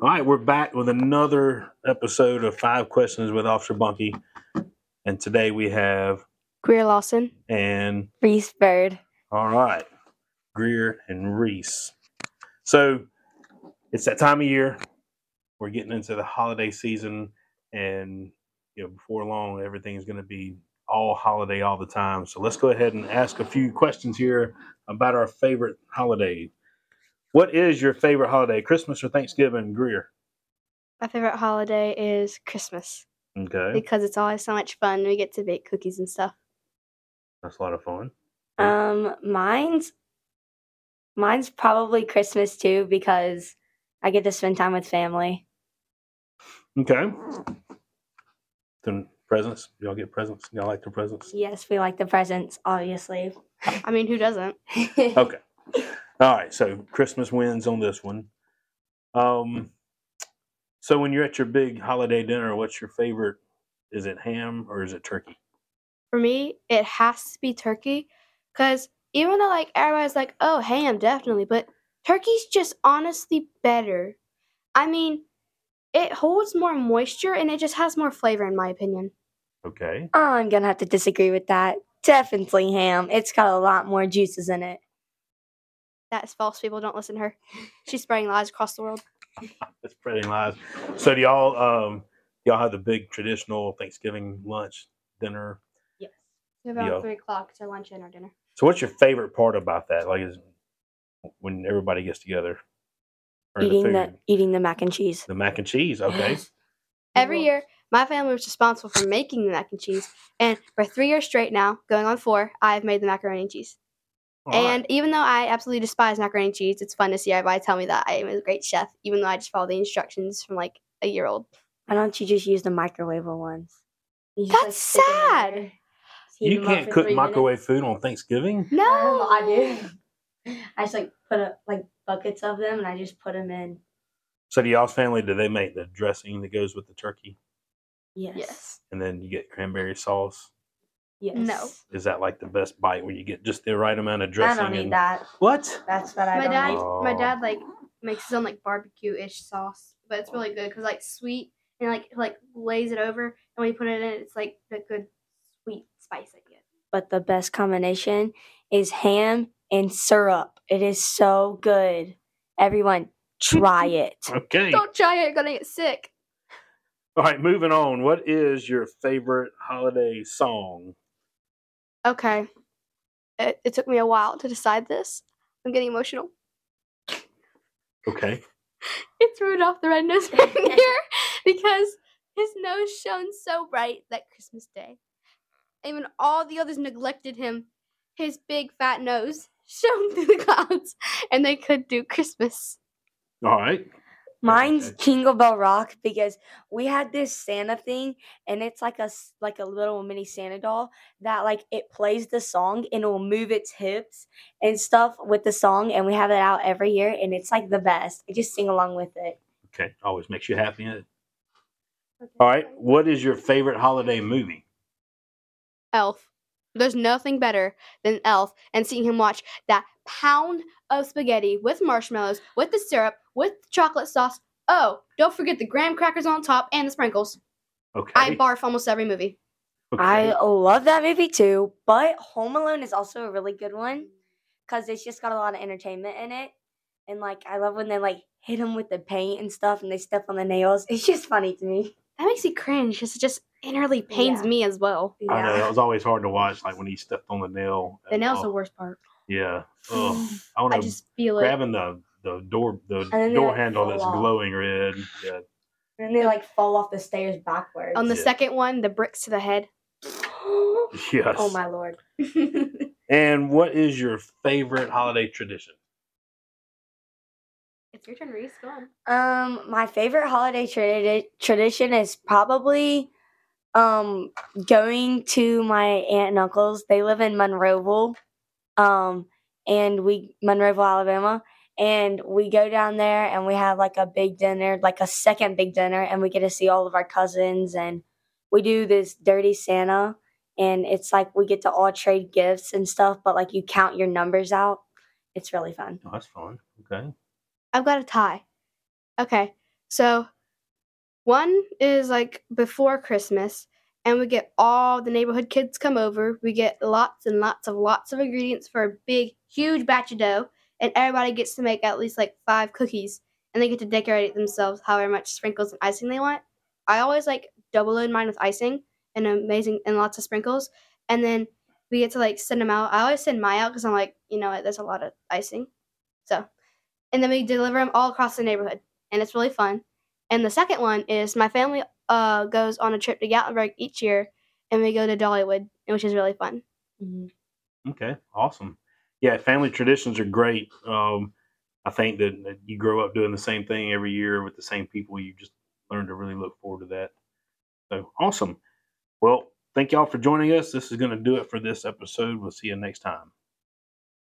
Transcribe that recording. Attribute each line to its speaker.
Speaker 1: All right, we're back with another episode of Five Questions with Officer Bunky. And today we have,
Speaker 2: Greer Lawson,
Speaker 1: and
Speaker 2: Reese Bird.
Speaker 1: all right, Greer and Reese. So it's that time of year. We're getting into the holiday season. And, you know, before long, everything's going to be all holiday all the time. So let's go ahead and ask a few questions here about our favorite holiday. What is your favorite holiday, Christmas or Thanksgiving, Greer?
Speaker 2: My favorite holiday is Christmas
Speaker 1: Okay,
Speaker 2: because it's always so much fun. We get to bake cookies and stuff.
Speaker 1: that's a lot of fun.
Speaker 3: Um, mine's mine's probably Christmas too because I get to spend time with family.
Speaker 1: Okay. Then presents. Y'all get presents. Y'all like the presents.
Speaker 3: Yes, we like the presents, obviously.
Speaker 2: I mean, who doesn't?
Speaker 1: Okay. All right. So Christmas wins on this one. Um. So when you're at your big holiday dinner, what's your favorite? Is it ham or is it turkey?
Speaker 2: For me, it has to be turkey because even though like everybody's like, oh, ham, definitely, but turkey's just honestly better. I mean, it holds more moisture and it just has more flavor, in my opinion.
Speaker 1: Okay.
Speaker 3: I'm gonna have to disagree with that. Definitely ham. It's got a lot more juices in it.
Speaker 2: That's false. People don't listen to her. She's spreading lies across the world.
Speaker 1: That's spreading lies. So do y'all um y'all have the big traditional Thanksgiving lunch dinner?
Speaker 3: Yes.
Speaker 1: about Yeah.
Speaker 2: three o'clock to lunch and or dinner.
Speaker 1: So what's your favorite part about that? Like is when everybody gets together. Or
Speaker 3: Eating
Speaker 1: the,
Speaker 3: the,
Speaker 1: food?
Speaker 3: eating the mac and cheese.
Speaker 1: the mac and cheese. Okay.
Speaker 2: Every year, my family was responsible for making the mac and cheese, and for three years straight now, going on four, I've made the macaroni and cheese.
Speaker 1: All right.
Speaker 2: and even though I absolutely despise macaroni and cheese, it's fun to see everybody tell me that I am a great chef, even though I just follow the instructions from like a year old.
Speaker 3: Why don't you just use the microwavable ones? You just,
Speaker 2: That's
Speaker 3: stick 'em in
Speaker 2: sad.
Speaker 3: there. Heat
Speaker 1: You
Speaker 3: 'em up
Speaker 1: can't
Speaker 3: for
Speaker 1: cook
Speaker 3: three minutes.
Speaker 1: microwave food on Thanksgiving?
Speaker 2: No,
Speaker 3: Um, I do. I just like put up like buckets of them and I just put them in.
Speaker 1: So do y'all's family do they make the dressing that goes with the turkey
Speaker 3: Yes.
Speaker 2: Yes.
Speaker 1: and then you get cranberry sauce?
Speaker 3: Yes.
Speaker 2: No.
Speaker 1: Is that like the best bite when you get just the right amount of
Speaker 3: I
Speaker 1: dressing?
Speaker 3: don't need
Speaker 1: and-
Speaker 3: that.
Speaker 1: What?
Speaker 3: That's what I
Speaker 2: My
Speaker 3: don't
Speaker 2: dad,
Speaker 3: need.
Speaker 2: my dad like makes his own like barbecue ish sauce, but it's really good because like sweet and like like lays it over, and when you put it in, it's like the good sweet spice I get.
Speaker 3: But the best combination is ham and syrup. It is so good. Everyone, try it.
Speaker 1: Okay.
Speaker 2: Don't try it; you're gonna get sick.
Speaker 1: All right, moving on. What is your favorite holiday song?
Speaker 2: Okay. It, it took me a while to decide this. I'm getting emotional.
Speaker 1: Okay.
Speaker 2: It's Rudolph the Red-Nosed Reindeer because his nose shone so bright that Christmas day. And when all the others neglected him, his big fat nose shone through the clouds and they could do Christmas.
Speaker 1: All right.
Speaker 3: Mine's
Speaker 1: Okay.
Speaker 3: Jingle Bell Rock because we had this Santa thing, and it's like a s- like a little mini Santa doll that like it plays the song and it will move its hips and stuff with the song, and we have it out every year, and it's like the best. I just sing along with it.
Speaker 1: Okay. Always makes you happy. eh? All right. What is your favorite holiday movie?
Speaker 2: Elf. There's nothing better than Elf and seeing him watch that pound of spaghetti with marshmallows, with the syrup, with the chocolate sauce. Oh, don't forget the graham crackers on top and the sprinkles.
Speaker 1: Okay.
Speaker 2: I barf almost every movie.
Speaker 1: okay.
Speaker 3: I love that movie too, but Home Alone is also a really good one because it's just got a lot of entertainment in it, and like I love when they like hit them with the paint and stuff, and they step on the nails. It's just funny to me.
Speaker 2: That makes me cringe because it just inwardly pains
Speaker 3: Yeah.
Speaker 2: me as well.
Speaker 1: I know that was always hard to watch. Like when he stepped on the nail.
Speaker 2: The nail's
Speaker 1: Oh,
Speaker 2: the worst part.
Speaker 1: Yeah. Oh, I want
Speaker 2: I
Speaker 1: to
Speaker 2: just feel it.
Speaker 1: grabbing the the door the
Speaker 3: then they,
Speaker 1: door
Speaker 3: like,
Speaker 1: handle that's
Speaker 3: fall off.
Speaker 1: glowing red. Yeah.
Speaker 3: And they like fall off the stairs backwards.
Speaker 2: On the
Speaker 1: Yeah.
Speaker 2: second one, the bricks to the head.
Speaker 1: Yes.
Speaker 3: oh my lord.
Speaker 1: And what is your favorite holiday tradition?
Speaker 2: It's your turn, Reese. Go on.
Speaker 3: um, my favorite holiday tradi- tradition is probably um going to my aunt and uncle's. They live in Monroeville, um, and we Monroeville, Alabama, and we go down there and we have like a big dinner, like a second big dinner, and we get to see all of our cousins and we do this dirty Santa. And it's like we get to all trade gifts and stuff, but like you count your numbers out. It's really fun.
Speaker 1: Oh, that's fun. Okay.
Speaker 2: I've got a tie. Okay. So one is like before Christmas, and we get all the neighborhood kids come over. We get lots and lots of lots of ingredients for a big, huge batch of dough, and everybody gets to make at least like five cookies, and they get to decorate it themselves however much sprinkles and icing they want. I always like double in mine with icing and amazing and lots of sprinkles, and then we get to like send them out. I always send mine out because I'm like, you know what, there's a lot of icing, so, and then we deliver them all across the neighborhood, and it's really fun. And the second one is my family uh, goes on a trip to Gatlinburg each year, and we go to Dollywood, which is really fun.
Speaker 1: Okay, awesome. Yeah, family traditions are great. Um, I think that, that you grow up doing the same thing every year with the same people. You just learn to really look forward to that. So awesome. Well, thank y'all for joining us. This is going to do it for this episode. We'll see you next time.